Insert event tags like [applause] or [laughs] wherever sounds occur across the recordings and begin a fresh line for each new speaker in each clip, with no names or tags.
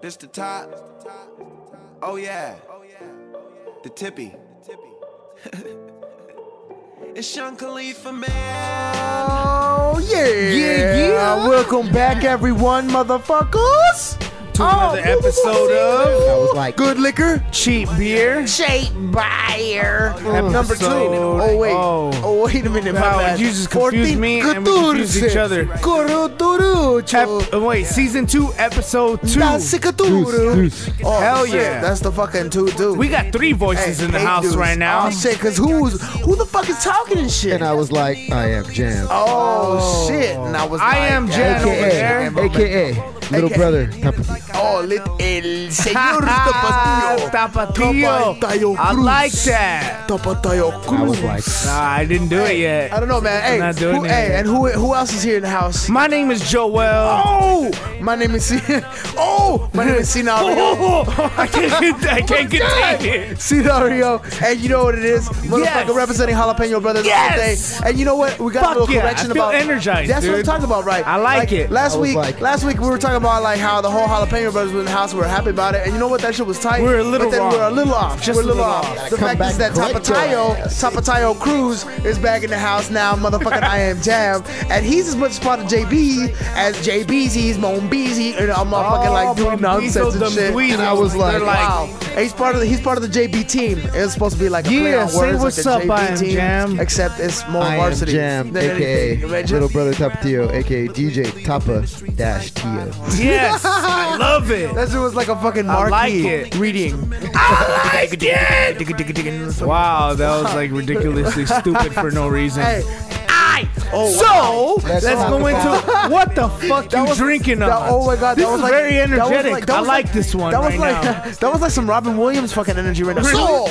This the top. Oh yeah. The tippy. [laughs] it's Sean Khalifa, man.
Oh yeah.
Yeah, yeah.
Welcome back everyone, motherfuckers. Oh,
To another episode
I
of-
was like Good Liquor,
Cheap beer.
Cheap Buyer. number two.
Episode-
Oh wait.
oh.
Oh, wait a minute,
Wow,
my bad.
you just confused
Fourteen
me and we confused each
catorce.
other. Ep-
Curuturucho.
oh, wait, season two, episode two.
Nasikaturu. Oh,
Hell
shit,
yeah.
That's the fucking two dude.
We got three voices in the house right now.
Oh, shit, cause who's who the fuck is talking and shit?
And I was like, I am Jam.
oh, shit, and I was.
I
like,
am Jan over there.
AKA, AKA, little
AKA.
brother. Pepper.
Oh, lit el señor
[laughs]
Tapatio.
Tapatio.
Tapatio
I
Cruz.
like that.
Tapatio Cruz.
I was like,
Nah, I didn't do it yet.
I don't know, man. Hey,
not doing
who,
it.
hey, and who who else is here in the house?
My name is Joel.
Oh, my name is [laughs] C. Oh, my name is C. Nario.
[laughs] I can't, I can't contain
[laughs]
it.
C. Nario. And you know what it is? Motherfucker
Yes.
representing Jalapeno Brothers
Yes.
all day. And you know what? We got
Fuck
a little
yeah, I
correction
feel
about.
energized,
That's what I'm
dude.
talking about, right?
I like it.
Last
I was
week,
like-
last week we were talking about like how the whole Jalapeno Brothers were in the house. We were happy about it. And you know what? That shit was tight.
We're a little
but then
wrong.
We're a little off.
Just
we're a little, off. The
Come
fact
back
is that
and correct your
Tapatayo,
ass.
Tapatayo Cruz is back in the house now, motherfucking I am Jam, and he's as much part of JB as JBZ's Monbeezy and I'm motherfucking like
Oh,
doing nonsense
Bambizo,
and shit.
Dumbweezo.
And I was like,
They're like-
wow. And He's part of the he's part of the JB team. It's supposed to be like a play
Yeah,
on
say
words,
what's
like the JB
up, I Am
team,
Jam.
except it's more
I am
varsity.
Jam,
than
AKA,
anything. Imagine-
little brother Tapatio, AKA DJ Tapa dash Tio.
Yes, I love it.
That shit was like a fucking
I
marquee
like it.
reading.
I liked it. Wow, that was like
[laughs]
ridiculously stupid for no reason.
Hey, Oh,
So let's,
Let's talk
go
about-
into [laughs] what the fuck you
was-
drinking
that-
on.
oh my God,
this
that was
is
like-
very
that was
energetic.
like- that
I
was
like,
like-
this one
That was
right
like
now.
[laughs] that was like some Robin Williams fucking energy right now. So,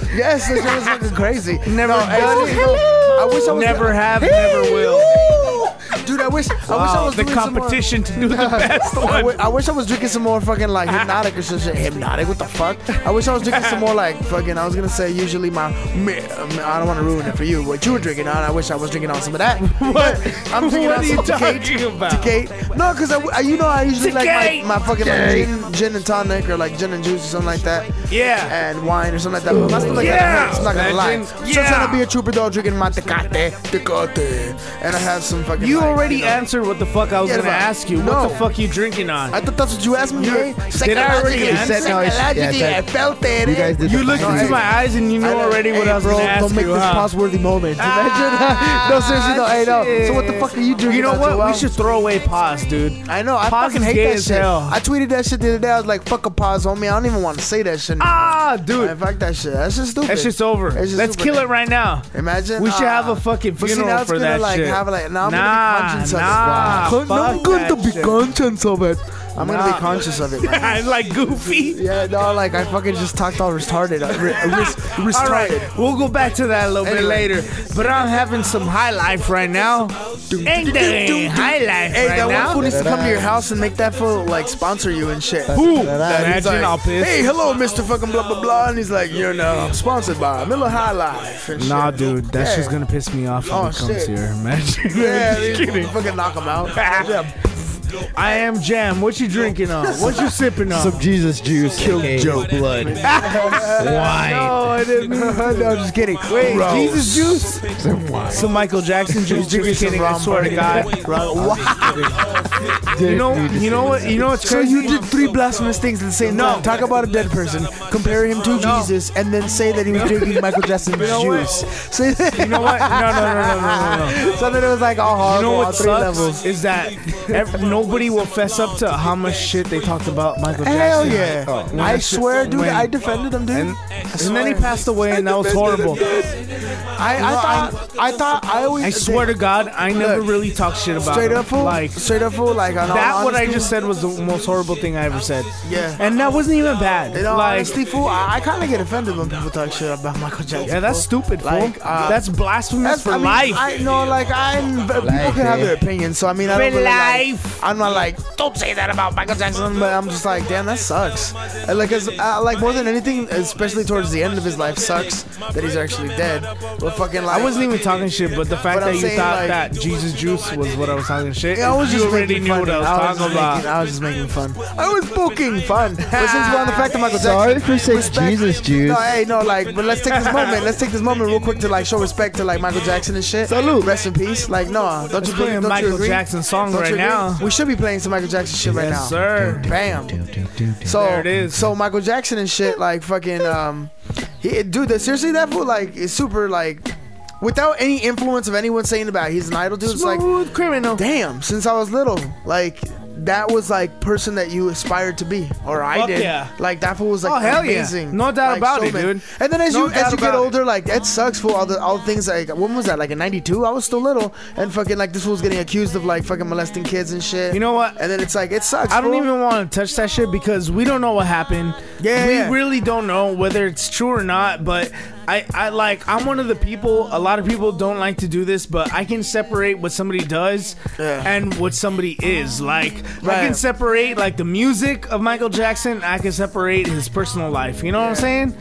me? Yes, this shit was fucking crazy.
[laughs] Never
no, hey,
done
dude,
it.
I wish I was
Never have, never will.
will. Dude, I wish I wish I
Wow,
was
the
doing some more-
competition to
[laughs]
do the best
I
one.
wi- I wish I was drinking some more fucking like hypnotic or some shit. Hypnotic? What the fuck? I wish I was drinking some more like fucking. I was gonna say usually my. me- um, I don't want to ruin it for you. What you were drinking on? I wish I was drinking on some of that.
[laughs] What?
I'm drinking
What
on some
are you
Tecate-
talking about?
Tecate. No, because I, I- you know I usually like
Tecate.
my, my fucking like,
Tecate.
gin, gin and tonic or like gin and juice or something like that.
Yeah.
And wine or something like that. But my stuff like
Yeah.
that hurts. I'm not gonna lie.
Imagine.
So I'm trying
Yeah.
to be a trooper dog drinking my Tecate, Tecate, and I have some fucking.
You
like,
already
know,
answered what the fuck I was
Yeah,
gonna
but-
ask you.
No.
What the fuck you drinking on?
I thought that's what you asked me.
You're-
right?
Did I already
Psychologically,
answer?
psychologically,
Yeah, that-
I felt that.
You guys did
You
the
looked
fine
into
hey.
my eyes and you knew already what
hey,
I was
bro,
gonna ask
Don't make
you,
this
huh?
passworthy moment.
Ah,
Imagine.
[laughs]
no, seriously, no. Hey, no. So what the
shit.
fuck are you doing?
You know what? We should throw away pause, dude.
I know. I
Pause
fucking
is
hate
gay
that
as
shit.
hell.
I tweeted that shit the other day. I was like, "Fuck a pause, homie." I don't even want to say that shit. anymore.
Ah,
Man,
dude.
fuck that shit. That's just stupid.
That shit's over.
It's just
Let's
stupid.
kill it right now.
[laughs] Imagine
We should
ah.
have a fucking
But see,
funeral
now it's
for
gonna,
that
like,
shit.
Have, like, now I'm
Nah,
gonna be conscious
nah,
of it. Wow.
fuck
I'm gonna
that
be
shit.
conscious of it. I'm gonna
Nah.
be conscious of it. man.
I [laughs] like Goofy.
[laughs] Yeah, no, like I fucking just talked all retarded. I re- I res-
[laughs] All right,
retarded.
we'll go back to that a little bit
Anyway.
later. But I'm having some high life right now. Ain't that high life
Hey,
right
that one
now?
fool needs to come to your house and make that fool like sponsor you and shit. And
Who?
he's
Imagine
like,
I'll piss.
Hey, hello, Mr. fucking blah blah blah, and he's like, you know, sponsored by Miller High Life. And
Nah,
shit.
dude, that
Yeah.
shit's gonna piss me off when
Oh,
he comes
shit.
here. [laughs] Imagine.
[laughs] Yeah,
Just
they
kidding.
fucking knock him out.
[laughs]
Yeah.
I am Jam. What you drinking on? What you sipping on?
Some Jesus juice. Killed Joe. Blood.
[laughs]
Wine.
[laughs] no, I didn't.
no, just kidding.
Wait,
Rose.
Jesus juice?
Some wine.
Some Michael Jackson juice. Just kidding. I swear to God.
Ron- Wow.
You know, you know what? You know what's
So
crazy?
you did three blasphemous things at the same
No.
time. Talk about a dead person, compare him to
No.
Jesus, and then say that he was drinking Michael Jackson's
know what?
juice. Say that.
You know what? No, no, no, no, no, no, no.
so then it was like all
You
hard.
know
all
what
three
sucks
levels.
is that ev- nobody will fess up to how much shit they talked about Michael
Hell
Jackson. Oh,
yeah!
When
I
that shit-
swear, dude,
when-
I defended him, dude.
And,
I
and then he
swear.
passed away, and that was horrible.
I, I thought, I thought, I always.
I swear to God, I never really talked shit about
Straight
him.
up, fool.
Like
straight up, fool. Like on all
that, what I
honesty,
just said was the most horrible thing I ever said.
Yeah.
and that wasn't even bad.
In all
like,
honesty, fool, I, I kind of get offended when people talk shit about Michael Jackson.
yeah, that's
fool.
stupid, fool.
Like, uh,
that's
That's
blasphemous for
I mean,
life.
I know, like I people
Life,
can have
eh?
their opinions, so I mean, I don't
For
really, like-
life.
I'm not like, don't say that about Michael Jackson, but I'm just like, damn, that sucks. And like, 'cause, uh, like more than anything, especially towards the end of his life, sucks that he's actually dead. But fucking, like,
I wasn't even talking shit, but the fact
But
that
I'm
you
saying,
thought
like-
that Jesus juice was what I was talking shit.
Yeah, I was
you
just
already
making
knew
fun.
what I was, talking
just
about.
Making, I was just making fun. I was poking fun. but since we're on the fact of Michael Jackson,
Sorry for saying
respect-
Jesus juice.
No, hey, no, like, but let's take this moment. Let's take this moment real quick to like show respect to like Michael Jackson and shit.
Salute.
Rest in peace. Like, no, don't you
playing
don't you
Michael
agree?
Jackson song
Don't you
right
agree?
now.
We should be playing some Michael Jackson shit right now.
Yes, sir.
Bam. So
There it is.
So Michael Jackson and shit, like fucking, um, he, dude, that seriously, that fool, like, is super, like, without any influence of anyone saying about, it, he's an idol, dude. It's like,
Smooth criminal.
damn, since I was little, like that was like person that you aspired to be, or I
Fuck
did.
yeah.
Like that fool was like
Oh, hell yeah.
amazing.
No doubt
Like,
about it, dude.
And then as
No
you as
doubt
you get
about it.
older, like that sucks for all the all the things like when was that? Like in '92, I was still little, and fucking like this fool's getting accused of like fucking molesting kids and shit.
You know what?
And then it's like it sucks.
I don't
fool.
even want to touch that shit because we don't know what happened.
Yeah,
we
yeah.
really don't know whether it's true or not. But I, I like, I'm one of the people. A lot of people don't like to do this, but I can separate what somebody does
Yeah.
and what somebody is. Like, I can
Right.
separate like the music of Michael Jackson. I can separate his personal life. You know what I'm saying?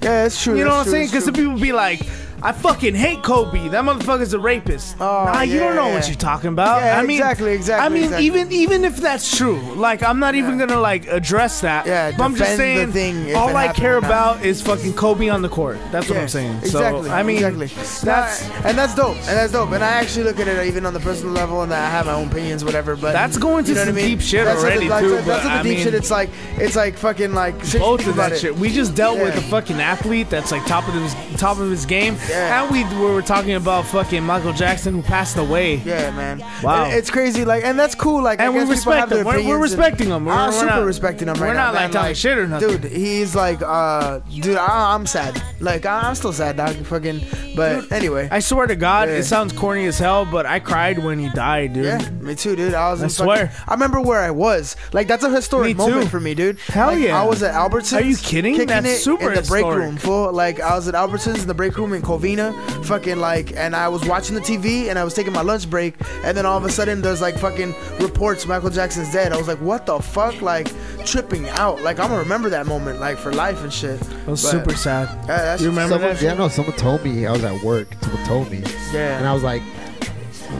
Yeah, it's true.
You
that's
know what I'm
true,
saying?
it's
Because
true.
some people be like, I fucking hate Kobe. That motherfucker's a rapist.
Oh,
nah, you don't know
yeah.
what you're talking about.
Yeah,
I mean,
exactly, exactly,
I mean,
exactly.
even even if that's true, like I'm not even gonna like address that.
Yeah,
but I'm just
defend
saying.
the thing if
all
it
I care
happened or not.
about is fucking Kobe on the court. That's what
Yeah,
I'm saying.
Exactly.
So, I mean,
exactly.
that's
That's and that's dope. And that's dope. And I actually look at it uh, even on the personal level, and I have my own opinions, whatever. But
That's going to
you know
some
what I mean?
deep shit
that's
already,
the, like,
too,
That's
but
the
I
deep
mean-
shit. It's like it's like fucking like seriously,
both
think
of
about
that
it.
shit. We just dealt with
Yeah.
a fucking athlete that's like top of his top of his game,
Yeah.
and we were talking about fucking Michael Jackson who passed away.
Yeah, man.
Wow.
And it's crazy. Like, and that's cool. Like, I
And we
guess people
respect
have their
him. We're- we're
opinions and-
respecting him. We're-
I'm
we're
super
not-
respecting him right
we're
now.
not, like,
man.
talking shit or nothing.
Dude, he's like, uh, dude, I, I'm sad. Like, I, I'm still sad, dog. Fucking. But anyway.
I swear to God,
Yeah.
it sounds corny as hell, but I cried when he died, dude.
Yeah, me too, dude. I was.
I
in fucking-
swear.
I remember where I was. Like that's a historic
Me
moment
too.
for me, dude.
Hell
Like,
yeah.
I was at Albertsons.
Are you kidding?
kicking
That's
it
super
in the break
historic.
room, fool. Like I was at Albertsons in the break room in Covina, fucking like, and I was watching the TV and I was taking my lunch break, and then all of a sudden there's like fucking reports Michael Jackson's dead. I was like, what the fuck? Like tripping out. Like I'm gonna remember that moment like for life and shit.
It was
But-
super sad.
Yeah, that's
you remember
Someone,
that?
yeah,
shit?
no, someone told me I was at work. Someone told me,
Yeah.
and I was like,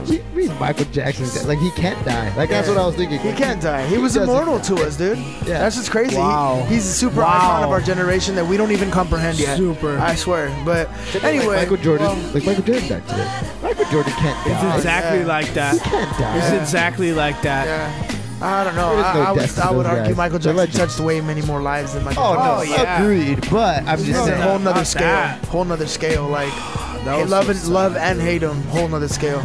"He- he's Michael Jackson. Like he can't die. Like that's
Yeah.
what I was thinking.
He can't die. He was
doesn't
immortal to us, dude.
Yeah.
That's just crazy. He-
Wow.
he's a super
Wow.
icon of our generation that we don't even comprehend yet.
Super.
I swear. But
Like
anyway,
Michael Jordan.
well,
like Michael Jordan died today. Michael Jordan can't
It's
die.
exactly
Yeah.
like
He
that.
can't die.
It's exactly like that.
yeah. I don't know.
There is
I,
no
I
death
would,
to
I would
those
argue
guys.
Michael
They're
Jackson
legends.
touched way many more lives than Michael.
Oh
Jackson.
Oh,
no,
yeah.
agreed. But I'm
This
just
is a
saying.
whole nother
Not
scale.
that.
Whole nother scale. Like
[sighs] That was
love
so
and love and hate him. Whole nother scale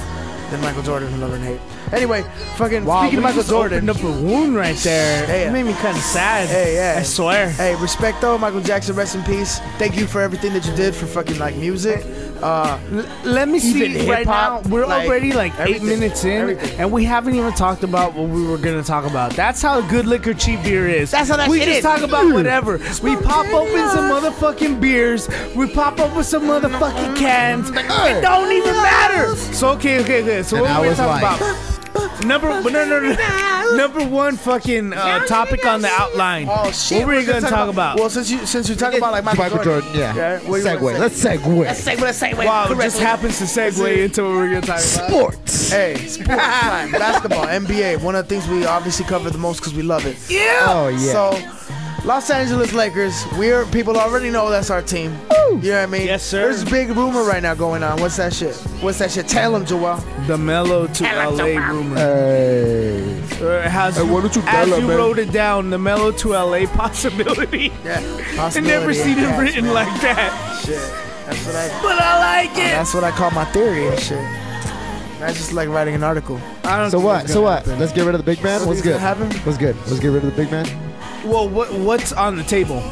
than Michael Jordan. Love and hate. Anyway, fucking
Wow,
speaking of
we
Michael
just
Jordan,
opened up a wound right there.
Damn.
It made me kind of sad.
Hey, yeah.
I swear.
Hey, respect though, Michael Jackson, rest in peace. Thank you for everything that you did for fucking like music. Uh,
Let me
Even
see right now.
hip-hop,
We're
like,
already like eight
everything,
minutes in,
everything.
and we haven't even talked about what we were gonna talk about. That's how good liquor, cheap beer is.
That's how that
we
shit
just
is.
talk about whatever. We pop open some motherfucking beers. We pop open some motherfucking cans. It don't even matter. So okay, okay, okay. So
And
what
I
were we
was
talking
like-
about? Number no no no. Number one fucking uh, topic on the outline.
oh shit.
What were we
we're
gonna talk about?
Well, since you since you talk about like Michael, Jordan,
yeah.
what do you wanna
segue.
say?
Let's segue.
Wow, it just happens to segue into what we're gonna talk about.
Sports.
Hey, sports time, basketball, NBA. One of the things we obviously cover the most because we love it.
Oh yeah.
So, Los Angeles Lakers. We're people already know that's our team. You know what I mean?
Yes, sir.
There's a big rumor right now going on. What's that shit? What's that shit? Tell him, Joel.
The Mellow to LA rumor.
hey.
Or has you,
why don't you
as
tell her,
you
man?
wrote it down, the Mellow to LA [laughs] possibility.
Yeah.
I [laughs] never
Possibility and
seen it
cats,
written
man.
like that.
Shit. That's what I.
[laughs]
Oh,
But I like it.
That's what I call my theory and shit. That's just like writing an article.
I don't
So
think
what?
it's
So
gonna
what? Let's get rid of the big man.
So
What's
things
good?
that happen?
What's good? Let's get rid of the big man.
happen. Well, what what's on the table?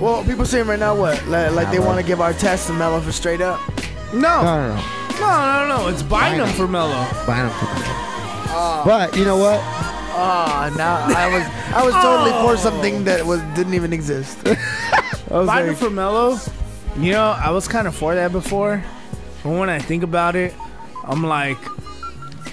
Well, people saying right now what? Like, like they
Mello.
want to give our test to Mello for straight up. Oh.
No,
No, no, no.
no, no, no. It's Bynum
Bynum.
for Mellow.
Buy them for But you know what?
Ah, now I was I was totally
Oh.
for something that was didn't even exist. [laughs] I was
Bynum
like,
for Mellow. You know, I was kind of for that before, but when I think about it, I'm like,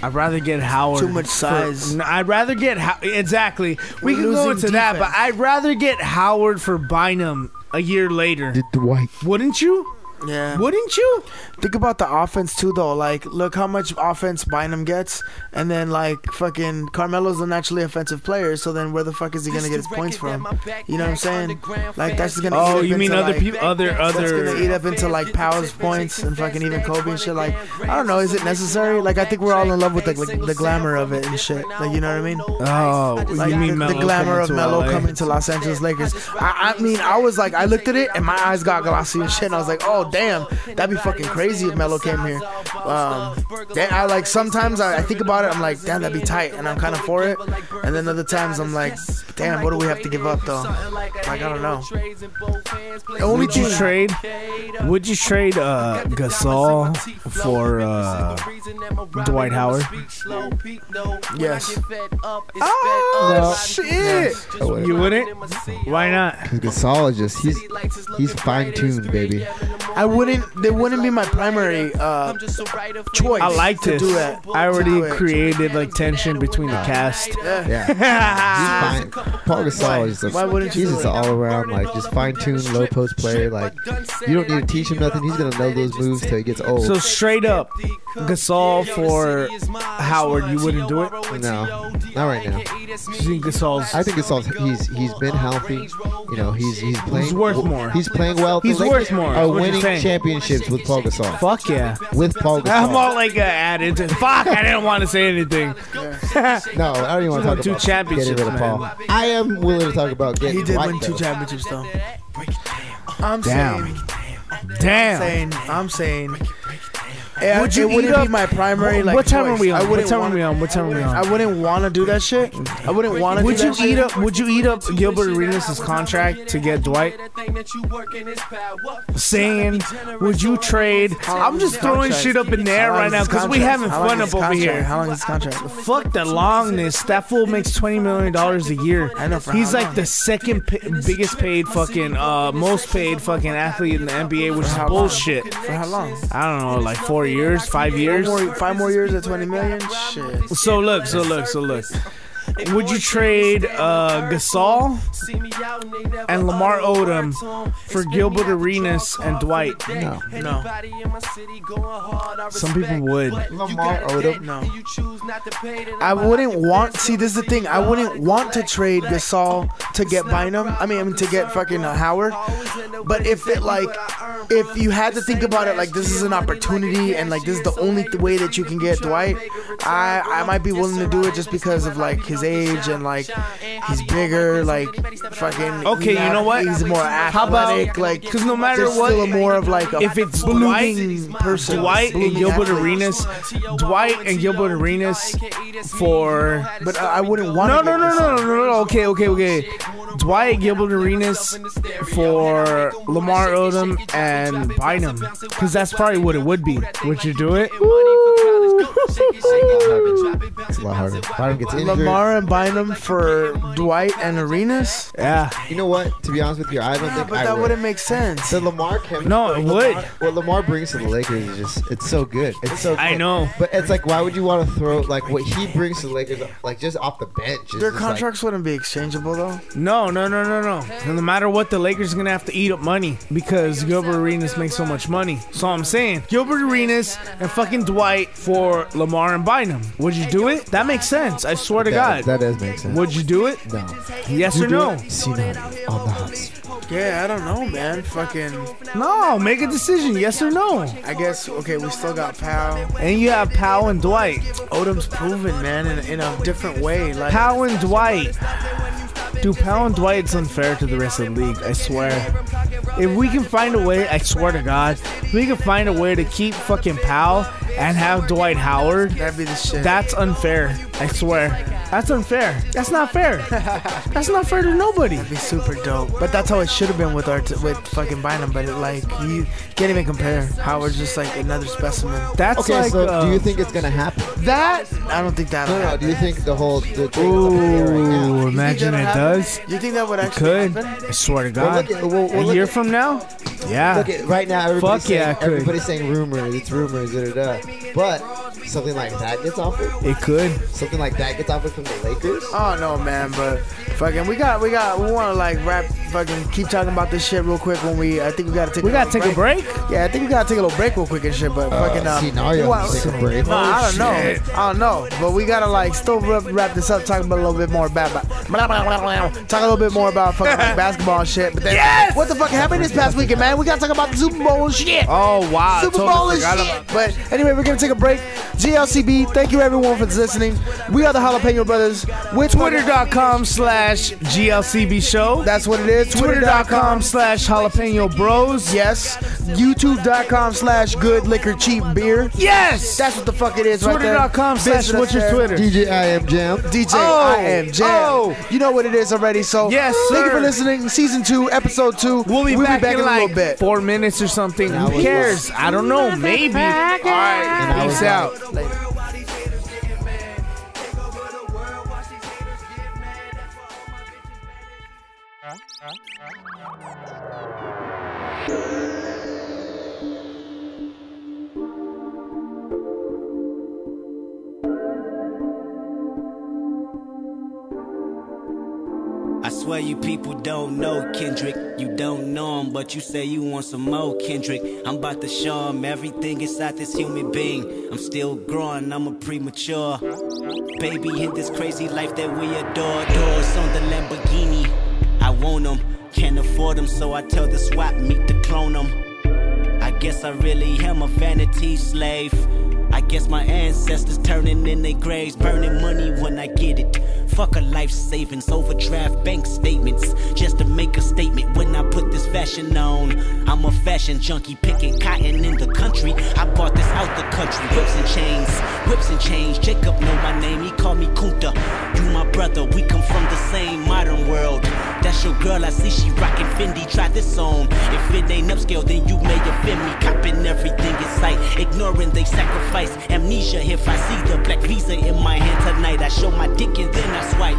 I'd rather get Howard.
Too much
for-
size.
no, I'd rather get How- exactly. We
We're
can go
losing
into that, but
defense.
I'd rather get Howard for Bynum a year later.
Did Dwight.
Wouldn't you?
Yeah.
Wouldn't you?
Think about the offense too, though. Like, look how much offense Bynum gets, and then like fucking Carmelo's a naturally offensive player. So then, where the fuck is he gonna get his points from? You know what I'm saying? Like, that's gonna.
Oh,
eat up
you mean
into,
other
like-
people, other
That's gonna eat
other.
up into like Powell's points and fucking even Kobe and shit. Like, I don't know, is it necessary? Like, I think we're all in love with like, like the glamour of it and shit. Like, you know what I mean?
Oh,
Like
you mean
the, the
Melo
glamour
coming
of
to
Melo
LA?
coming to Los Angeles Lakers. I, I mean, I was like, I looked at it and my eyes got glossy and shit, and I was like, oh damn, that'd be fucking crazy if Melo came here. Um, then I like sometimes I, I think about it, I'm like, damn, that'd be tight, and I'm kind of for it. And then other times I'm like, damn, what do we have to give up though? Like I don't know.
Oh.
Would you trade? Would you trade uh, Gasol for uh, Dwight Howard?
Yes.
Ah.
Oh shit!
I wouldn't.
You wouldn't? Why not?
Because Gasol is just he's he's fine tuned, baby.
I wouldn't. They wouldn't be my primary uh, choice.
I like
to
this.
do that.
I already
Do it.
created like tension between the cast.
[laughs]
Yeah, he's fine. Paul Gasol is just
Ah. Why wouldn't
he's
you
just
do
an
it?
all around like just fine tuned low post player. Like you don't need to teach him nothing. He's gonna know those moves till he gets old.
[laughs] So straight up, Gasol for Howard, you wouldn't do it.
no, not right now.
You think Gasol's?
I think Gasol's he's he's been healthy. You know he's he's playing.
worth more.
He's playing well. The
He's
Lakers
worth more, is
Are
what you're
winning
saying.
championships with Paul Gasol.
Fuck yeah.
With Paul Gasol.
I'm all like uh, added. to- Fuck! I didn't want to say anything. [laughs]
No, I don't even want to
won
talk
two
about
championships,
getting rid of Paul.
man.
I am willing to talk about getting
He did
Dwight,
win two
though.
championships though. I'm
Damn.
saying.
Damn.
saying, I'm saying. Yeah,
Would you
it wouldn't
eat up-
be my primary
Wh-
like.
what time are
choice.
we on?
I
What
wouldn't
time are
wanna-
we on? What time are we on?
I wouldn't want to do that shit. I wouldn't want to.
Would
do
you
that shit.
eat up? Would you eat up Gilbert Arenas' contract to get Dwight? Saying, would you trade? I'm just throwing
Contract.
shit up in the air
How long
right
is
now
his
because we
contract?
having
How long is
fun up
his
over
contract?
here.
How long is his contract?
Fuck the longness. That fool makes twenty million dollars a year.
I know, for
He's
how
like
long?
the second pa- biggest paid fucking, uh, most paid fucking athlete in the NBA, which is
how long?
bullshit.
For how long?
I don't know, like four years, five years.
Four more, five more years at 20 million. Shit.
So look, so look, so look. Would you trade uh, Gasol and Lamar Odom for Gilbert Arenas and Dwight?
No.
No.
Some people would.
Lamar Odom.
No. I wouldn't want. See, this is the thing. I wouldn't want to trade Gasol to get Bynum. I mean, I mean to get fucking uh, Howard. But if it like, if you had to think about it, like this is an opportunity, and like this is the only th- way that you can get Dwight, I I might be willing to do it just because of like his age and like he's bigger, like fucking.
Okay, you know what?
He's more
How about-
athletic, like
'cause no matter
there's
what,
still a more of like a
if it's
blooming
Dwight-
person,
Dwight and
blooming
Gilbert
athlete.
Arenas, Dwight and Gilbert Arenas for.
But I I wouldn't want.
No, no, no, no, no, no, no. Okay, okay, okay. Dwight Gilbert Arenas for Lamar Odom and Bynum, because that's probably what it would be. Would you do it?
It's a lot harder. Bynum gets injured.
Lamar and Bynum for Dwight and Arenas?
Yeah.
You know what? To be honest with you, I don't think
But
I
that
would.
wouldn't make sense.
The Lamar chemistry.
No, it would.
What Lamar brings to the Lakers is just it's so good. It's so. Good.
I know.
But it's like, why would you want to throw like what he brings to the Lakers, like just off the bench? is
Their
just, like-
contracts wouldn't be exchangeable though.
No, no, no, no, no. No matter what, the Lakers are gonna have to eat up money because Gilbert Arenas makes so much money. So I'm saying Gilbert Arenas and fucking Dwight for Lamar and Bynum. Would you do it? That makes sense. I swear to God.
that, that does make sense.
Would you do it?
No.
Yes or
You do
no?
it? C9 on the hot seat.
Yeah, I don't know, man. Fucking,
No, make a decision. Yes or no?
I guess. Okay, we still got Powell.
And you have Powell and Dwight.
Odom's proven, man, in, in a different way. Like
Powell and Dwight. Dude, Powell and Dwight, it's unfair to the rest of the league. I swear. If we can find a way, I swear to God, if we can find a way to keep fucking Powell and have Dwight Howard,
that'd be the shit.
that's unfair. I swear. That's unfair. That's
[laughs]
not fair. That's not fair to nobody.
That'd be super dope. But that's how it should have been with our with fucking Bynum. But it, like you can't even compare. Howard's just like another specimen.
That's
Okay,
like.
so do
uh,
you think it's gonna happen?
That I don't think that'll
No, no.
happen.
Do you think the whole the thing is up in the air right now?
Ooh, imagine it does.
You think that would actually
Could.
happen?
I swear to
Well,
God.
look at- well, well,
a
look
year
at-
from now? Yeah.
Look at right now. Everybody's
Fuck yeah,
saying,
I could.
everybody's saying rumors. It's rumors. Da, da, da. But something like that gets offered?
It could.
Something like that gets offered from the Lakers?
Oh no, man, but fucking, we got, we got, we want to like wrap, fucking, keep talking about this shit real quick. When we, I think we gotta take,
We gotta take a break. Uh,
Yeah, I think we gotta take a little break real quick and shit. But fucking, um,
See, now
we
you're
want-
sick of Brave.
Nah, I don't know.
shit.
I don't know. But we gotta like still wrap, wrap this up, talking about a little bit more about, about- blah, blah, blah, blah, blah. talk a little bit more about fucking
[laughs]
like, basketball and shit. But then,
Yes!
what the fuck happened this past weekend, man? We gotta talk about the Super Bowl and shit.
Oh wow. I
Super
totally
Bowl and
forgot
shit.
about-
But anyway, we're gonna take a break. GLCB, thank you everyone for listening. We are the Jalapeno Brothers with
Twitter.com slash GLCB show.
That's what it is.
Twitter.com slash jalapeno bros.
Yes. YouTube.com slash good liquor cheap beer.
Yes.
That's what the fuck it is right there.
Twitter.com slash
Visit us
what's your
there.
Twitter?
DJ I am
[laughs]
Jam.
DJ
Oh,
I am Jam.
oh.
You know what it is already. So
Yes,
thank you
sir.
for listening. Season two, episode two.
We'll be back,
in, a little bit.
like four minutes or something.
Now
Who
we
cares? I don't know. Maybe. All right.
Now
Peace
we
out.
I swear you people don't know Kendrick. You don't know him, but you say you want some more Kendrick. I'm about to show him everything inside this human being. I'm still growing, I'm a premature. Baby, in this crazy life that we adore. Doors on the Lamborghini, I want 'em. Can't afford 'em, so I tell the swap meet to clone 'em. I guess I really am a vanity slave. I guess my ancestors turning in their graves, burning money when I get it. Fuck a life savings, overdraft bank statements, just to make a statement when I put this fashion on. I'm a fashion junkie, picking cotton in the country. I bought this out the country, whips and chains, whips and chains. Jacob know my name, he called me Kunta. You my brother, we come from the same modern world. That's your girl, I see she rockin' Fendi, try this on. If it ain't upscale, then you may offend me. Copping everything in sight, ignoring they sacrifice. Amnesia if I see the black visa in my hand tonight. I show my dick and then I swipe.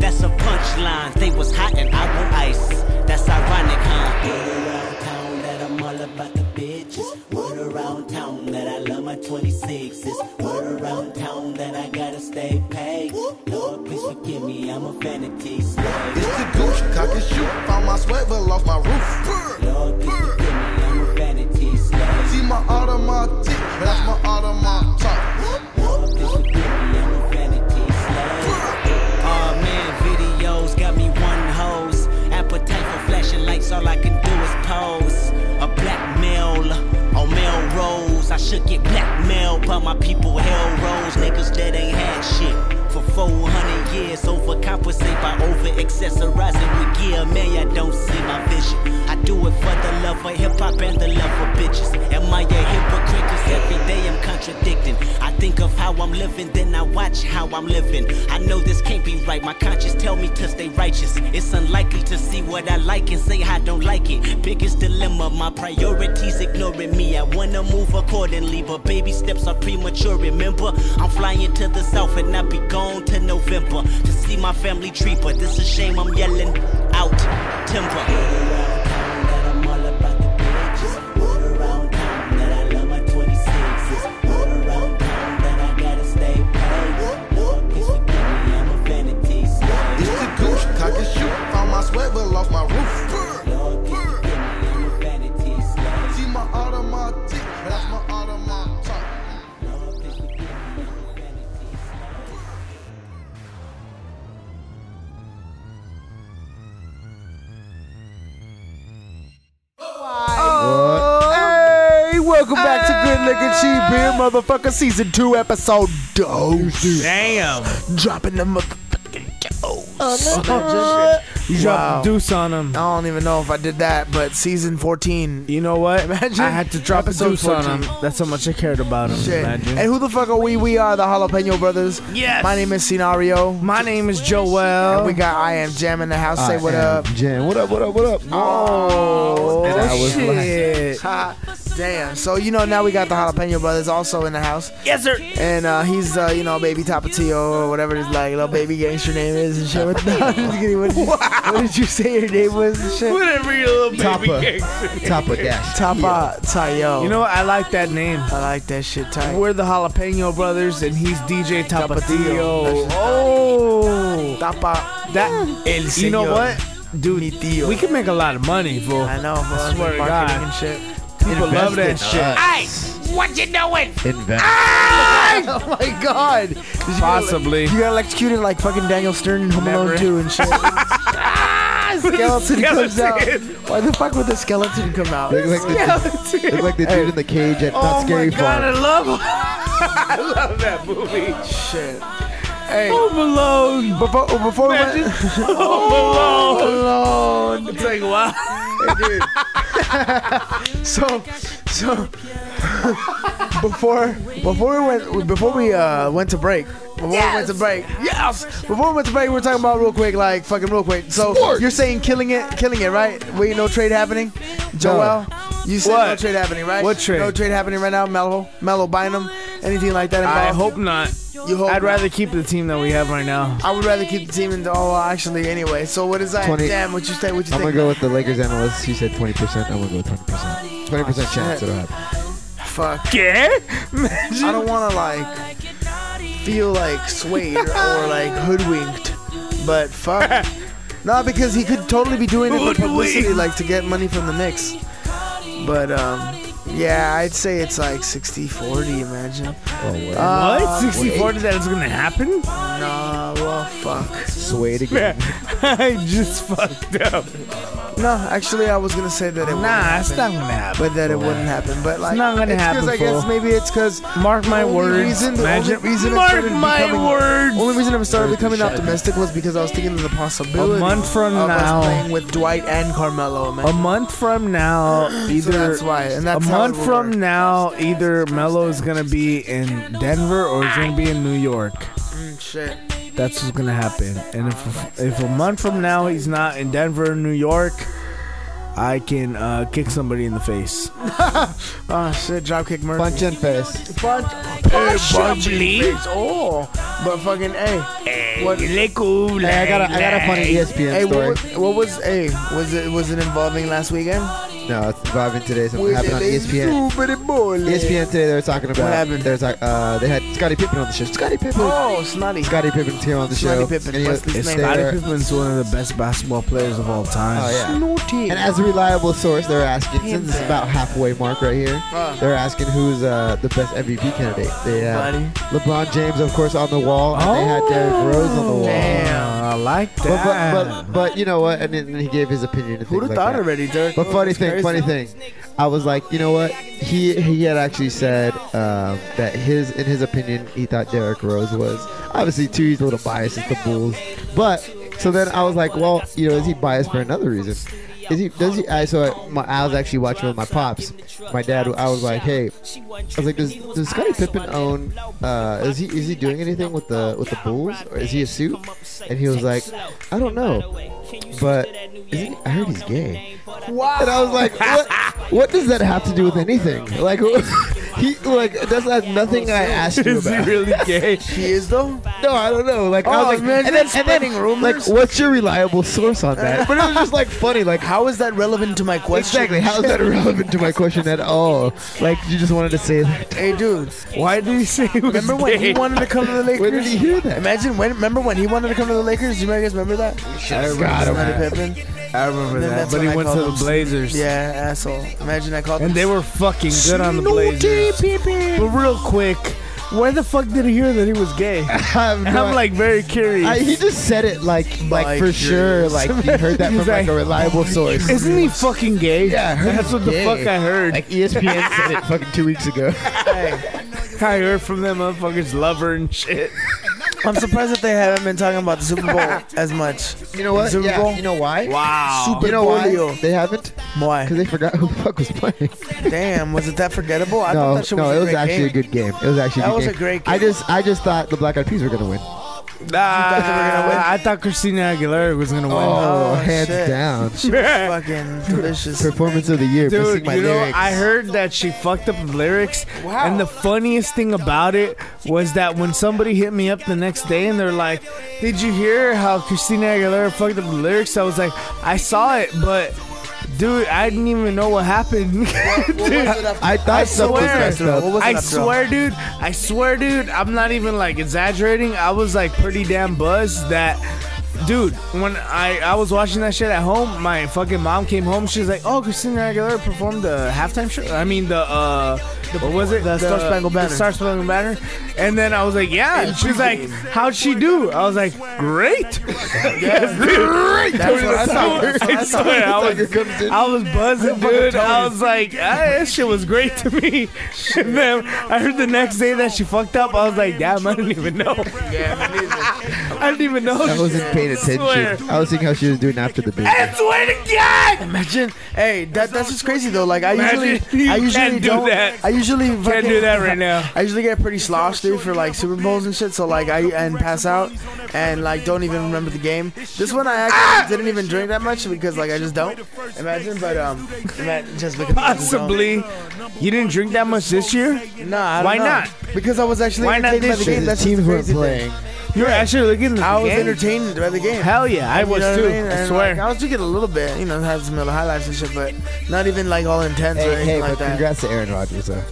That's a punchline, they was hot and I want ice. That's ironic, huh? Been around town that I'm all about the bitches. Word around town that I love my 26s. Word around town that I gotta stay paid. Lord, please forgive me, I'm a vanity slave.
It's the gooch, cock and shoot. Found my sweat, but lost my roof.
Lord, please forgive me, I'm a vanity slave.
See my automatic, that's my automatic.
Lord, please forgive me, I'm a vanity slave. Aw, man, videos got me one hose. Appetite for flashing lights, all I can do is pose. A black male on Melrose. I should get blackmailed, but my people held rose. Niggas that ain't had shit. For 400 years, overcompensate by over accessorizing with gear. Man, y'all don't see my vision. I do it for the love of hip hop and the love of bitches. Am I a hypocrite? 'Cause every day I'm contradicting. I think of how I'm living, then I watch how I'm living. I know this can't be right. My conscience tell me to stay righteous. It's unlikely to see what I like and say I don't like it. Biggest dilemma, my priorities ignoring me. I wanna move accordingly, but baby steps are premature. Remember, I'm flying to the south and I'll be gone to November to see my family tree. But this a shame. I'm yelling out timber.
It's the gooch, cock and shoot. Found my sweat, but lost my roof. See my automatic, that's my automatic.
Hey, welcome back to Good Liquor Cheap Beer,
Ah.
motherfucker. Season two, episode dose.
Damn.
Dropping the motherfucking dose.
You
Wow.
dropped the deuce on him.
I don't even know if I did that, but season fourteen.
You know what? [laughs]
Imagine
I had to drop a
episode
deuce on
14.
him. That's how much I cared about him.
Shit.
Imagine.
And who the fuck are we? We are the Jalapeno Brothers.
Yes.
My name is Scenario.
My name is Joel.
And we got I Am Jam in the house. Say
I
what
am
up.
Jam. What up, what up, what up?
Oh,
And I was
[laughs] shit.
Ha. Damn. So you know now we got the Jalapeno Brothers also in the house,
Yes, sir.
and uh, he's uh, you know baby Tapatio or whatever his like little baby gangster name is and shit. What, no, [laughs] I'm just kidding. What, did you, what did you say your name was and shit?
Whatever your little baby
Tapa.
gangster.
Top of dash.
Tapa Tayo.
You know, what? I like that name.
I like that shit. Tight.
We're the Jalapeno Brothers, and he's DJ
Tapatio.
Tapatio. Oh,
Tapa.
that. you know
señor.
what, dude?
Mi tío.
We can make a lot of money, bro.
I know. Bro.
I swear to
Marketing
God.
and
[laughs]
shit.
People love that shit.
Invest.
Ah,
oh my god. Did you get-
Possibly.
You got electrocuted like fucking Daniel Stern in Home Alone
Never.
2 and shit. Ah, skeleton comes out. Why the fuck would the skeleton come out?
Look like the, look like the dude in the cage at Not
Oh my
Scary
god, I
Farm.
love,
[laughs]
I love that movie.
Shit. Hey,
Home Alone.
before, before we [laughs]
Imagine
went,
Home Alone. It's like wow.
[laughs] so so [laughs] before before we went before we uh went to break. Before we went to break, yes. Before we went to break, we were talking about real quick, like fucking real quick. So you're saying killing it, killing it, right? We no trade happening, Joel. You said no
What?
trade happening, right?
What trade?
No trade happening right now. Mellow, Mellow Bynum, anything like that.
I
involved?
hope not.
you hope.
I'd rather keep the team that we have right now.
I would rather keep the team in. The, oh, actually, anyway. So what is that?
20
Damn, what you say? What you
I'm
think?
gonna go with the Lakers analyst. He said 20%. I'm gonna go with 20%. 20% chance
shit.
it'll happen.
Fuck.
Yeah.
I don't want to like feel like swayed or, or like hoodwinked, but fuck.
[laughs]
no, because he could totally be doing it for publicity, like to get money from the Knicks. But um, yeah, I'd say it's like 60-40, Imagine.
Oh,
Uh,
wow.
What? 64 that it's gonna happen? [laughs]
Nah, well, fuck.
Swayed again.
I just fucked up.
No, actually, I was gonna say that it. wouldn't
Nah, it's
happen,
not gonna happen.
But that it wouldn't happen. But like,
not gonna
it's 'cause
happen,
I guess
fool.
maybe it's because
Mark my words.
Reason, the
Imagine-
only reason I
Mark
started
my
becoming-
words.
Only reason I'm started
Words and
becoming
shadows.
optimistic was because I was thinking of the possibility
A month from
of
now.
us playing with Dwight and Carmelo, man.
A month from
[gasps]
now,
so
either
that's why, and that's
a
how it
month
will
from
work.
now, either Melo is gonna be in Denver or he's gonna be in New York.
Mm, shit.
That's what's gonna happen. And if if a month from now he's not in Denver, New York, I can uh, kick somebody in the face.
Oh shit, dropkick Murphy.
Bunch and fest.
Bunch- hey, bunch in face. Oh, but fucking hey. what, hey,
Hey, I got a, I got a funny ESPN
what,
story.
was- what was hey? Was it was it involving last weekend?
No, it's vibing today. Something happened on E ESPN. ESPN today they were talking about.
happened?
There's like uh, they had Scottie Pippen on the show. Scottie Pippen.
Oh, snotty.
Scottie Pippen's here on the
Scottie
show.
Pippen,
And he-
what's his
it's
name?
they
Scottie
were-
Scottie Pippen's one of the best basketball players of all time.
Oh yeah.
Snooty.
And as a reliable source, they're asking
Damn
since it's
that.
about halfway mark right here.
Uh.
They're asking who's uh, the best MVP candidate. They have
Buddy.
LeBron James, of course, on the wall, and they had Derrick Rose on the wall.
Oh. Damn.
I like
But,
that.
but, but but you know what? And then he gave his opinion. and
Who'd have
things like
thought
that.
already, Derek?
But funny thing, funny thing. I was like, you know what? He he had actually said um, that his in his opinion he thought Derrick Rose was obviously too he's a little biased at the Bulls, but so then I was like, well, you know, is he biased for another reason? Is he does he? I so my, I was actually watching with my pops, my dad. I was like, hey, I was like, does, does Scottie Pippen own? Uh, is he is he doing anything with the with the Bulls or is he a suit? And he was like, I don't know, but is he, I heard he's gay. And I was like, what, what does that have to do with anything? Like, [laughs] he like that's not nothing I asked you
is he
[laughs]
about.
really gay?
He is though.
No, I don't know. Like, I
Oh,
was like,
man,
and then,
you're
and then,
spreading rumors.
like, what's your reliable source on that? But it was just like funny, like.
How is that relevant to my question?
[laughs] Exactly. How is that relevant to my question at all? Like, you just wanted to say that.
Hey, dude.
Why did he say he was
Remember when he
[laughs] gay?
wanted to come to the Lakers?
Where did he hear that?
Imagine when. Remember when he wanted to come to the Lakers? Do you guys remember that?
got him.
Scottie Pippen.
I remember
Then
that.
that's
But he
when I
went to
called
the
him-
Blazers.
Yeah, asshole. Imagine I called.
And they were fucking good on the Blazers. But real quick, where the fuck did he hear that he was
[laughs]
gay?
I'm,
And I'm like very curious.
I, he just said it like,
Like
like for sure.
yours.
Like you heard that
He's
from like
like,
a reliable source.
Isn't he fucking gay?
Yeah, I heard
that's
he's
what the
gay.
fuck I heard.
Like E ESPN said it fucking two weeks ago.
I heard from them motherfuckers lover and shit.
I'm surprised that they haven't been talking about the Super Bowl as much.
You know what?
Super Bowl?
Yeah. You know why?
Wow.
You know why
Polio.
they haven't? Because
Why?
they forgot who the fuck was playing.
Damn, was it that forgettable? I thought
no,
that shit
no,
was a
it was
great
actually
game.
a good game. It was actually
That
a good
was
game.
a great
I
game.
just, I just thought the Black Eyed Peas were gonna win.
thought they were gonna win?
I thought Christina Aguilera was gonna win.
Oh,
Oh,
hands
shit.
down.
She was fucking delicious.
Performance of the year. missing
Dude,
my
you know,
lyrics.
I
[laughs]
heard that she fucked up lyrics,
Wow.
and the funniest thing about it was that when somebody hit me up the next day and they're like, "Did you hear how Christina Aguilera fucked up the lyrics?" I was like, "I saw it, but dude, I didn't even know what happened." [laughs]
What
Dude,
was it after-
I thought
I
something
swear.
messed
What
up.
was it
I
after all?
swear, dude. I swear, dude. I'm not even like exaggerating. I was like pretty damn buzzed that. Dude, when I, I was watching that shit at home, my fucking mom came home. She's like, "Oh, Christina Aguilera performed the halftime show. I mean, the uh, what was it?
The Star Spangled Banner.
The Star Spangled Banner." And then I was like, "Yeah." And she's like, "How'd she do?" I was like, "Great." [laughs] Yes, dude.
That's what I thought. That's what I
[laughs] I
thought.
swear, I was
Tiger comes in.
I was buzzing, dude. I was like, ah, that shit was great to me. [laughs] And then I heard the next day that she fucked up. I was like, damn, I didn't even know. [laughs] I didn't even know. [laughs]
I wasn't paying
Swear.
attention. I was thinking how she was doing after the baby.
I swear to God!
Imagine, hey, that, that's just crazy though. Like I
Imagine
usually,
[laughs] you
I usually
can't do
not
that.
I usually
Can't
fucking-
do that right now.
I usually get pretty sloshed dude for like Super Bowls and shit. So like I and pass out and like don't even remember the game. This one I
Ah!
actually didn't even drink that much because like I just don't. Imagine, but um, ima- just look at me, I just don't.
Possibly. You didn't drink that much this year?
No, I don't
Why
know.
not?
Because I was actually
Why not
entertained by the
this year?
game.
The
That's teams
teams
the
weren't
crazy
playing.
You were actually looking at
I
the
was
game.
entertained by the game.
Hell yeah, I
You
was
know what
too.
mean?
I
And,
swear.
like, I was drinking a little bit, you know, had some little highlights and shit, but not even like all intense or
Hey,
anything
hey,
like
but
that.
congrats to Aaron Rodgers though.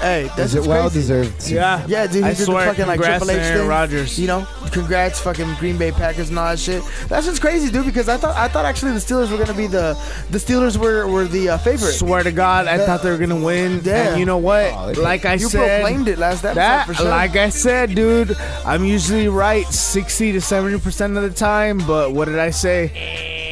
Hey, that's
Is it
what's
well
crazy.
deserved? too.
yeah.
Yeah, dude, he
I
did
swear,
the fucking like
congrats
Triple H
to Aaron
thing.
Rodgers.
You know, congrats, fucking Green Bay Packers and all that shit. That's just crazy, dude. Because I thought I thought actually the Steelers were gonna be the the Steelers were were the uh, favorite.
Swear to God, I thought they were gonna win.
Yeah.
And you know what?
Oh, they-
like I
you
said,
proclaimed it last episode
That,
for sure.
like I said, dude, I'm usually right 60 to 70% of the time, but what did I say?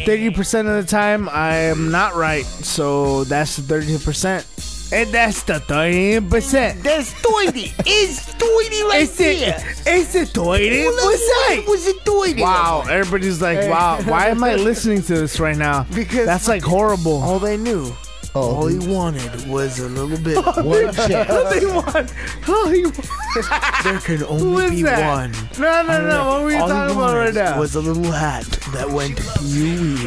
30% of the time, I am not right. So that's the 30%. And that's the 30%.
that's toity. It's toity
It's it. It's a 30%.
was it toity?
Wow, everybody's like, wow, why am I listening to this right now?
Because-
that's like horrible.
[laughs] All they knew, all he wanted was a little bit. [laughs]
One chance.
They want- oh, you-
there can
Who
only
is
be
that?
one.
No, no, no. What were you
All he
talking about right
wanted
now?
Was a little hat that went
[laughs]
pew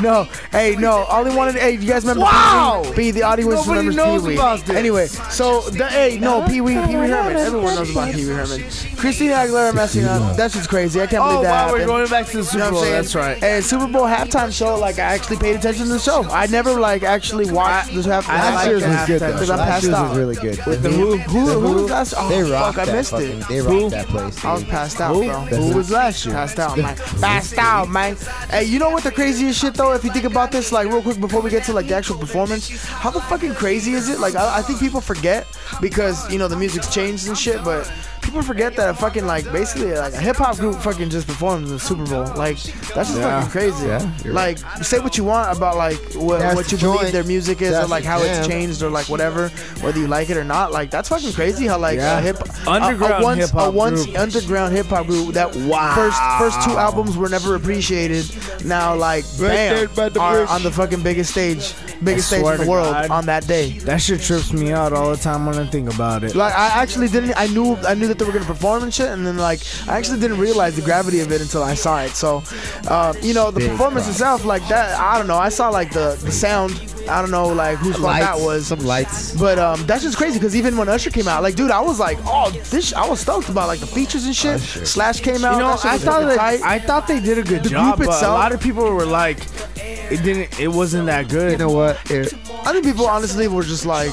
No, hey, no. All he wanted, hey, you guys remember?
Wow!
Pee Wee? Be the audience
Nobody
remembers
knows
Pee Wee.
about this.
Anyway, so the, hey, no, Pee Wee, Pee Wee Herman. Everyone knows about Pee Wee Herman. Christina Aguilera messing up. That's just crazy. I can't
oh,
believe that
wow,
happened.
we're going back to the
You
Super
know what
Bowl.
I'm saying?
That's right.
And Super Bowl halftime show, like I actually paid attention to the show. I never like actually watched the half- halftime.
Last year's was good
because
though.
I
Last
passed
year's
out.
was really good.
With the who? Who,
The
who
Who,
was last? Oh,
they rocked
fuck, I
that
missed
fucking,
it.
They rocked that place. Dude.
I was passed out, bro.
The Who was last year?
Passed out, man. Passed out, man. Hey, you know what the craziest shit though? If you think about this, like real quick before we get to like the actual performance, how the fucking crazy is it? Like I, I think people forget because you know the music's changed and shit, but people forget that a fucking like basically like a hip hop group fucking just performed in the Super Bowl. Like that's just
Yeah.
fucking crazy.
Yeah, you're
like say what you want about like what,
That's
what you
the
believe
joint.
their music is
That's
or like
the
how it's
jam.
changed or like whatever, whether you like it or not. Like that's fucking crazy how like
Yeah.
a hip a-
Underground
a, once a
hip-hop
once
group.
underground hip hop group that first first two albums were never appreciated. Now like
Right
bam,
there by the
are
bridge.
on the fucking biggest stage, biggest
I
stage
swear
in the
to
world
God.
on that day.
That shit trips me out all the time when I think about it.
Like I actually didn't. I knew I knew that they were gonna perform and shit, and then like I actually didn't realize the gravity of it until I saw it. So, uh, you know, the performance itself, like that. I don't know. I saw like the the sound. I don't know like whose fault
Lights.
that was.
Some lights.
But um, that's just crazy because even when Usher came out, like, dude, I was like, oh, this. I was stoked about like the features and shit.
Usher.
Slash came out.
You know,
oh, that shit
I
was
thought
fucking
that,
tight.
I thought they did a good
The
job,
group
but a
itself-
lot of people were like, it didn't, it wasn't that good.
You know what? It,
I think people honestly were just like,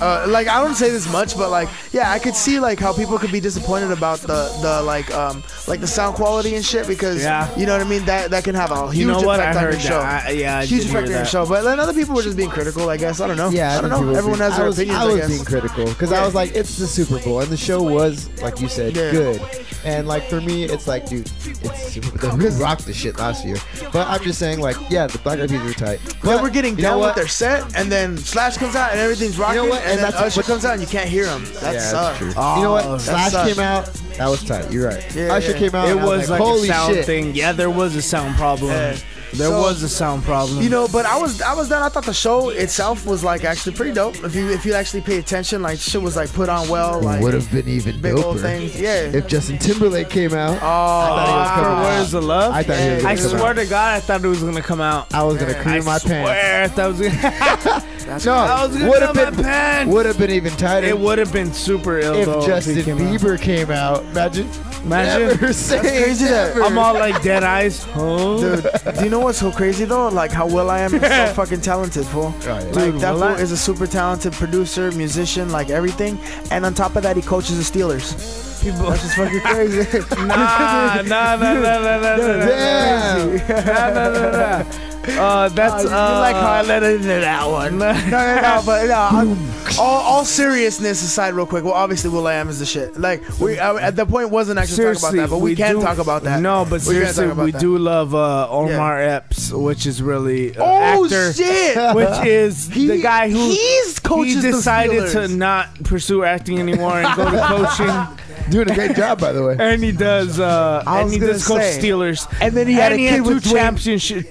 uh, like I don't say this much, but like, yeah, I could see like how people could be disappointed about the the like um like the sound quality and shit because
Yeah.
you know what I mean. That that can have a huge
You know what?
effect
I
on
heard
your show.
that. I- yeah, I
huge
did
effect on
hear
your
that.
show. But then other people were just being critical. I guess I don't know.
Yeah,
I don't
think you
know.
will
Everyone
see.
has
I
their
was,
opinions.
I
I,
was
guess.
being critical because I was like, it's the Super Bowl, and the show was, like you said,
Yeah.
good. And like for me, it's like, dude, it's Super Bowl. [laughs] Who rocked the shit last year? But I'm just saying, like, yeah, the Black Eyed Peas were tight. But
Then we're getting
you know
down with
what?
their set, and then Slash comes out and everything's rocking,
what?
and,
And
then
that's-
Usher comes out and you can't hear him. That
Yeah, that's
sucks.
true. you know
Oh,
what? Slash
sucks.
came out. That was tight. You're right.
Yeah,
Usher
yeah.
came out.
it
and I
was like,
holy
a sound
shit.
thing. Yeah, there was a sound problem.
Yeah.
There
So-
was a sound problem.
You know, but I was I was done. I thought the show itself was like actually pretty dope. If you if you actually pay attention, like shit was like put on well. Like
Would have been even
big old
doper
things, yeah.
if Justin Timberlake came out.
oh,
thought he was
After
coming out.
Where's the Love?
I thought he was
I
gonna come
swear
out.
to God, I thought it was gonna come out.
I was gonna
I
cream my
swear
pants.
that was
[laughs]
I was
No,
gonna
would have
come out
been
pants.
would have been even tighter.
it would have been super ill
if
though,
Justin
he came out.
Bieber came out. Imagine,
Imagine.
Never [laughs] say
crazy that-
never.
I'm all like dead [laughs] eyes. Oh.
dude. Do you know what's so crazy though? Like how well I am is so
[laughs]
fucking talented, fool.
yeah.
Like
Dude,
that
Will
fool
I-
is a super talented producer, musician, like everything. And on top of that, he coaches the Steelers.
people.
That's just fucking
[laughs]
crazy.
nah, nah, nah, nah, nah, nah, nah, nah,
Damn.
nah, nah, nah, nah. Uh, that's uh,
Oh, You like how I let it into that one. No, no, no, but no. I'm- all, all seriousness aside, real quick. Well, obviously, Will I Am is the shit. Like we [laughs] I, at the point wasn't actually talking about
seriously,
that, but we, can
do-
talk about that.
No, but
We can talk
seriously,
about
we
that.
do love uh, Omar Epps, which is really uh,
Oh
actor,
shit! [laughs]
[laughs] which is the guy who
he's coaches
he
the
decided to
Steelers.
not pursue acting anymore and
[laughs]
go to coaching,
doing a great job, by the
[laughs]
way.
and he does. Uh,
I
and
was
he
gonna
does coach
say.
Steelers,
And then he had
and
a
he
kid
had two
with Dwayne-
championship,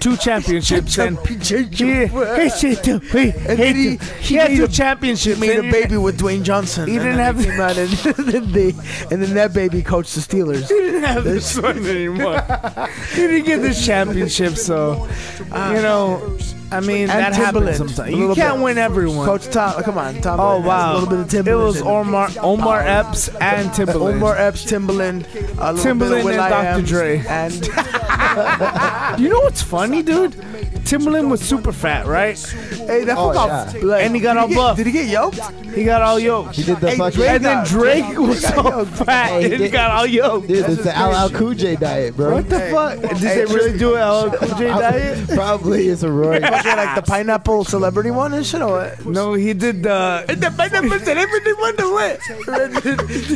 [laughs]
two championships, and. Yeah, hey,
He
shit, dude, hey,
And
hey,
then he-
dude. he
he
had
made
two
a-
championships.
made a
and
baby with Dwayne Johnson.
He
and
didn't
then
have-
they came out, [laughs] and then they,
[laughs]
and then that baby coached the Steelers.
He didn't have this one anymore. [laughs] he didn't get this championship, so you know. I mean, that happens
Timberland,
sometimes.
a
You
little
can't
bit.
win everyone.
Coach Tom, come on, Tom.
oh
Brady,
wow,
a little bit of
it
Timberland.
was
in there.
Omar Omar Epps and
[laughs]
Timberland.
Omar Epps, Timbaland, a little
Timbaland
bit of Will
and
I
Dr.
Am,
Dre.
and [laughs]
you know what's funny, dude? Timberland was super fat, right?
hey, that
Oh,
fool got
yeah.
like,
And he got
did
all
get-
buff.
Did he get yoked?
He got all yoked.
He did the
Hey,
fucking.
Drake-
Drake,
And then Drake was
He got
so
yoked.
fat,
Hey, he
and he
did-
got all yoked.
dude, it's the
just
Al Al Cool J diet, bro.
What the
Hey.
fuck? Did
Hey,
they really do it? all Cool J diet?
[laughs] Probably is a Roy.
Yeah, like the pineapple celebrity one and shit or what?
No, he did the. The pineapple celebrity wonder what?
[laughs]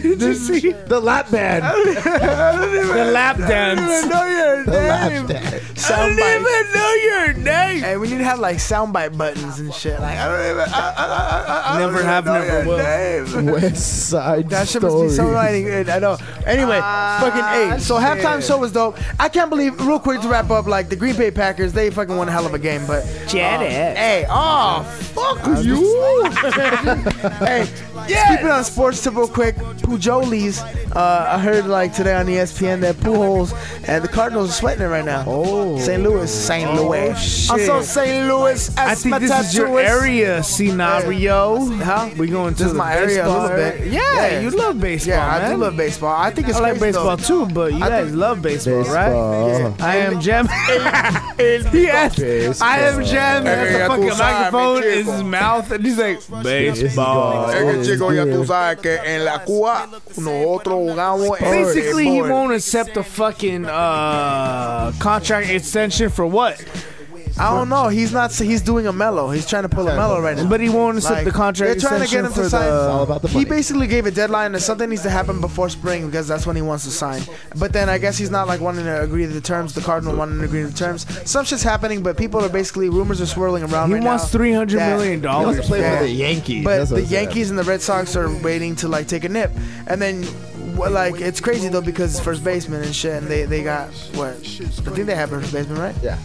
did you see
the lap band.
the lap dance? Oh
know your
The lap band.
Soundbite.
even know your name.
Hey, we need to have like soundbite buttons and shit. Like, I don't even. I, I, I, I,
Never
I don't
have,
know
never
your
will.
name.
West Side
That shit
Story.
must be so writing. good. I know. Anyway,
Ah,
fucking eight. So halftime show was dope. I can't believe. Real quick to wrap up, like the Green Bay Packers, they fucking won a hell of a game. But
Janet.
hey, oh fuck [laughs] you. hey, Keeping on sports tip real quick. Pujolis, uh, I heard like today on E ESPN that Pujols and the Cardinals are sweating it right now. Oh, St. Louis, St.
Oh,
Louis. I'm so St. Louis.
I
as
think
my
this is your
tattooist.
area scenario.
Huh?
We going to
This is
the
my area a
baseball
little bit.
area. Yeah,
Yeah.
you love baseball.
Yeah, I do
man.
love baseball. I think it's
I like
crazy, though.
baseball too, but you
I
guys
think-
love baseball,
Baseball.
right? I
[laughs]
am Jam. [laughs] yes, I am Jam. That's the
Hey,
fucking
tú sabes,
microphone
mi
in
chico.
his mouth, and he's like, baseball.
Es que, chico, ya tú
Yeah.
sabes que en la Cuba nosotros jugamos en
Basically, he
béisbol.
won't accept a fucking uh, contract extension for what?
I don't know. He's not. He's doing a mellow. He's trying to pull a mellow right now.
But he won't accept
Like,
the contract
they're trying to
extension
get him to
for
sign.
the.
all about the
he
money.
basically gave a deadline that something needs to happen before spring because that's when he wants to sign. But then I guess he's not like wanting to agree to the terms. The Cardinal wanting to agree to the terms. Some shit's happening, but people are basically rumors are swirling around.
He
right
wants
now
three hundred
that-
million
He wants to
dollars.
play
Yeah.
for the Yankees.
But
That's what
the
I said.
Yankees and the Red Sox are waiting to like take a nip, and then wha- like it's crazy though because it's first baseman and shit, and they they got what I think they have first baseman right.
Yeah.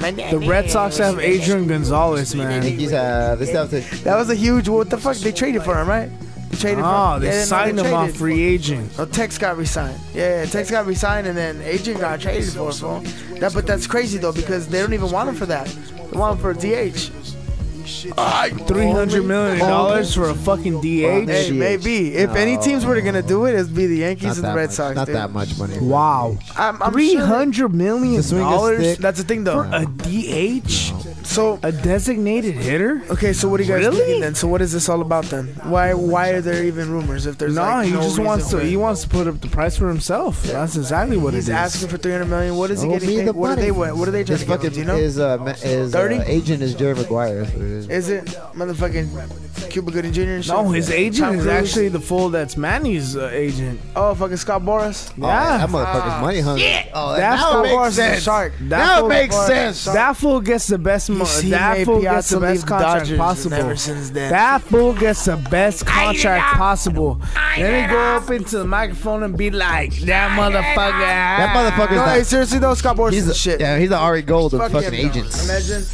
The Red Sox have Adrian Gonzalez, man.
Yankees have. This stuff to
That was a huge. What the fuck? They traded for him, right? They traded for
Oh,
Ah,
him.
they
Yeah, no,
signed him on
traded.
free agent.
Oh, Tex got resigned. Yeah, yeah, Tex got resigned, and then Agent got traded for him. fool. That, but that's crazy though because they don't even want him for that. They want him for a DH.
Three hundred million dollars for a fucking DH.
Hey,
DH.
maybe if any teams were gonna do it, it'd be the Yankees
Not
and the
that
Red
much-
Sox.
Not
dude.
that much money.
Wow,
I'm, I'm
three
sure that-
hundred million
To swing a
dollars
stick.
That's the thing though.
for a DH,
so
a designated hitter.
okay, so what do you guys
Really?
thinking then? So what is this all about then? Why why are there even rumors if there's
No,
like,
he
no
just
reason
wants to.
for it?
He wants to put up the price for himself. That's exactly what
He's
it is.
asking for 300 million. What is he
Owe
getting?
me
Paid?
the
What are they
money.
what, what are they trying to
His
get? him?
fucking
Do you know? Oh,
his, uh, ma- his
30?
uh, agent is Jerry Maguire. That's what it is.
Is it motherfucking Cuba Gooding Jr. and shit.
No, his agent
Tom
is
Cruise.
actually the fool that's Manny's uh, agent.
Oh, fucking Scott Boras.
Oh, that
Ah.
motherfucker's money hungry. Oh, that,
That's
now
the
it makes
worst
sense.
shark.
That
now
fool-
it makes sense.
That fool gets the best. Mo-
see,
that
Nate
fool gets the
Piazza
best
leave
contract
Dodgers
possible.
ever since then.
That fool gets the best contract possible. Let me go up into the microphone and be like, that motherfucker.
That motherfucker's
No,
not-
hey, seriously though, Scott Boras
he's
is
a,
the shit.
Yeah, he's the Ari Gold of
Fuck
fucking
him, though.
agents.
Imagine.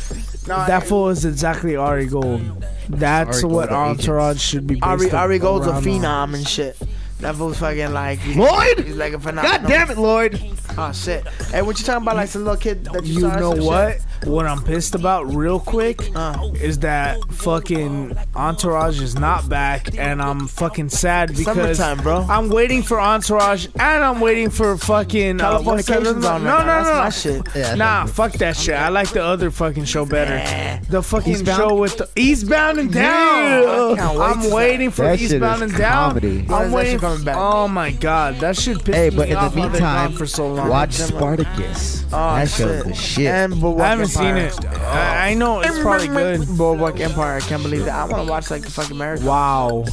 No,
That
I-
fool is exactly Ari Gold. That's
Ari Gold
what
of
Entourage
agents.
should be based
Ari, Ari Gold's a
around.
phenom and shit. That fool's fucking like he's, he's
Lloyd?
like a phenomenon.
God damn it, Lloyd.
Oh shit! Hey, what you talking about? Like some little kid that you,
You
saw or
know
some
what?
shit?
What I'm pissed about, real quick,
Uh.
is that fucking Entourage is not back, and I'm fucking sad because
Summertime, bro.
I'm waiting for Entourage, and I'm waiting for fucking uh, what's that other-
Californication's on
No,
right
no,
now.
no, no.
That's my shit.
Yeah,
nah, fuck that shit. I like the other fucking show better. The fucking
Eastbound?
show with the Eastbound and Down.
I can't wait to
I'm
that.
waiting for
That shit
Eastbound
is
and Down.
comedy.
When
I'm
is that shit
waiting.
coming back?
Oh my god, that shit pissed
Hey, but
me
in the
off. I've been gone
meantime,
for so long.
watch Spartacus.
Oh,
that show's the shit.
And Boardwalk
I haven't seen
Empire.
it. I, I know it's probably good.
Boardwalk Empire. I can't believe that. I want to watch like the fucking marathon.
Wow.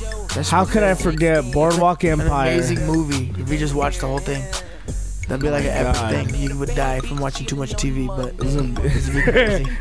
How could I forget Boardwalk
An
Empire?
amazing movie. If you just watch the whole thing, that'd be like an epic
God.
thing. You would die from watching too much TV, but it's a big crazy.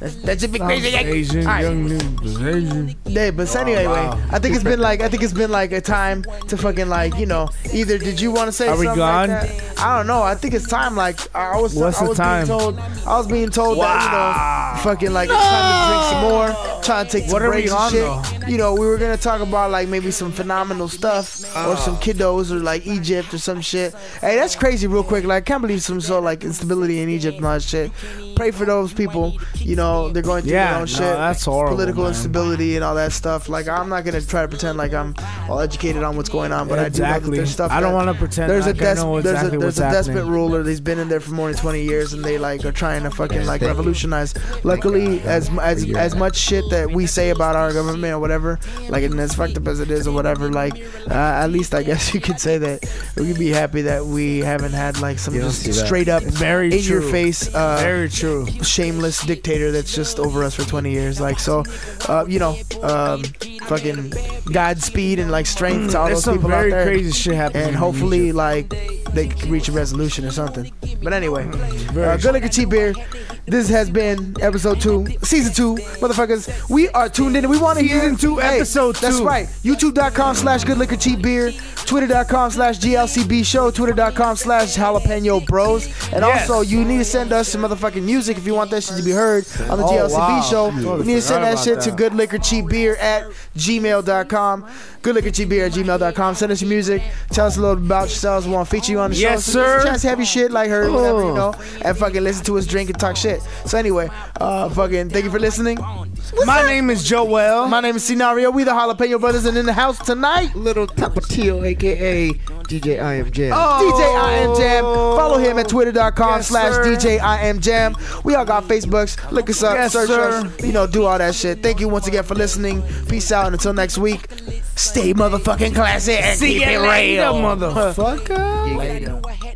That's, that's a big crazy.
Asian,
All right.
young new Asian.
Yeah, but so anyway,
Oh, wow.
I think it's been like I think it's been like a time to fucking like you know either did you want to say
Are we
something
gone?
like that? I don't know. I think it's time. Like I was,
What's
I
the
was
time?
being told I was being told that
Wow.
you know fucking like it's time to drink some more, trying to take some
What are we
breaks
on,
and shit.
though?
You know, we were gonna talk about like maybe some phenomenal stuff
Oh.
or some kiddos or like Egypt or some shit. Hey, that's crazy. Real quick, like I can't believe some so like instability in Egypt and all that shit. Pray for those people. You know, they're going through
Yeah,
their own
no,
shit.
that's horrible,
Political
man.
instability stability and all that stuff. Like I'm not gonna try to pretend like I'm all educated on what's going on, but I do know that
Exactly.
there's stuff.
I don't
that-
wanna pretend
There's
like
a
I know
there's
exactly
a,
what's
there's a despot
happening.
ruler that's been in there for more than 20 years, and they like are trying to fucking like revolutionize. Luckily, as as as much shit that we say about our government or whatever, like and as fucked up as it is or whatever, like uh, at least I guess you could say that we could be happy that we haven't had like some
You don't see
just
that.
straight up
Very
in your
true.
face. Uh,
Very true.
shameless dictator that's just over us for 20 years. Like, so, uh, you know, um, fucking Godspeed and like strength to all
There's
those
some
people out
very
there.
crazy shit happening.
And
in
hopefully,
Egypt.
like, they can reach a resolution or something. But anyway,
Mm,
uh, good liquor tea beer. This has been episode two, season two, motherfuckers. We are tuned in. and We want to hear
Season two, episode
That's
two.
right. YouTube.com slash good liquor tea beer, Twitter.com slash GLCB show, Twitter.com slash jalapeno bros. And
Yes.
also, you need to send us some motherfucking music if you want that shit to be heard on the
Oh,
GLCB
wow.
show.
I totally
You need to send
forgot
that
about
shit to
that.
good liquor cheap beer at gmail.com. Good liquor cheap beer at gmail.com. Send us your music. Tell us a little about yourselves. We want to feature you on the
Yes,
show. Send us
sir. Oh.
Chance heavy shit like her, whatever, you know. And fucking listen to us drink and talk shit. So anyway, uh, fucking thank you for listening.
My name is Joel.
My name is Scenario. We the Jalapeno Brothers and in the house tonight.
Little Tapatio, aka DJ I Am Jam.
DJ I Am Jam. Follow him at twitter.com
Yes,
slash
sir.
DJ I Am Jam. We all got Facebooks. Look us up,
Yes,
search
sir.
us, you know, do all that shit. Thank you once again for listening. Peace out. And until next week, stay motherfucking classy and
See
keep it
you later,
real.
motherfucker.
Later.
know what happened.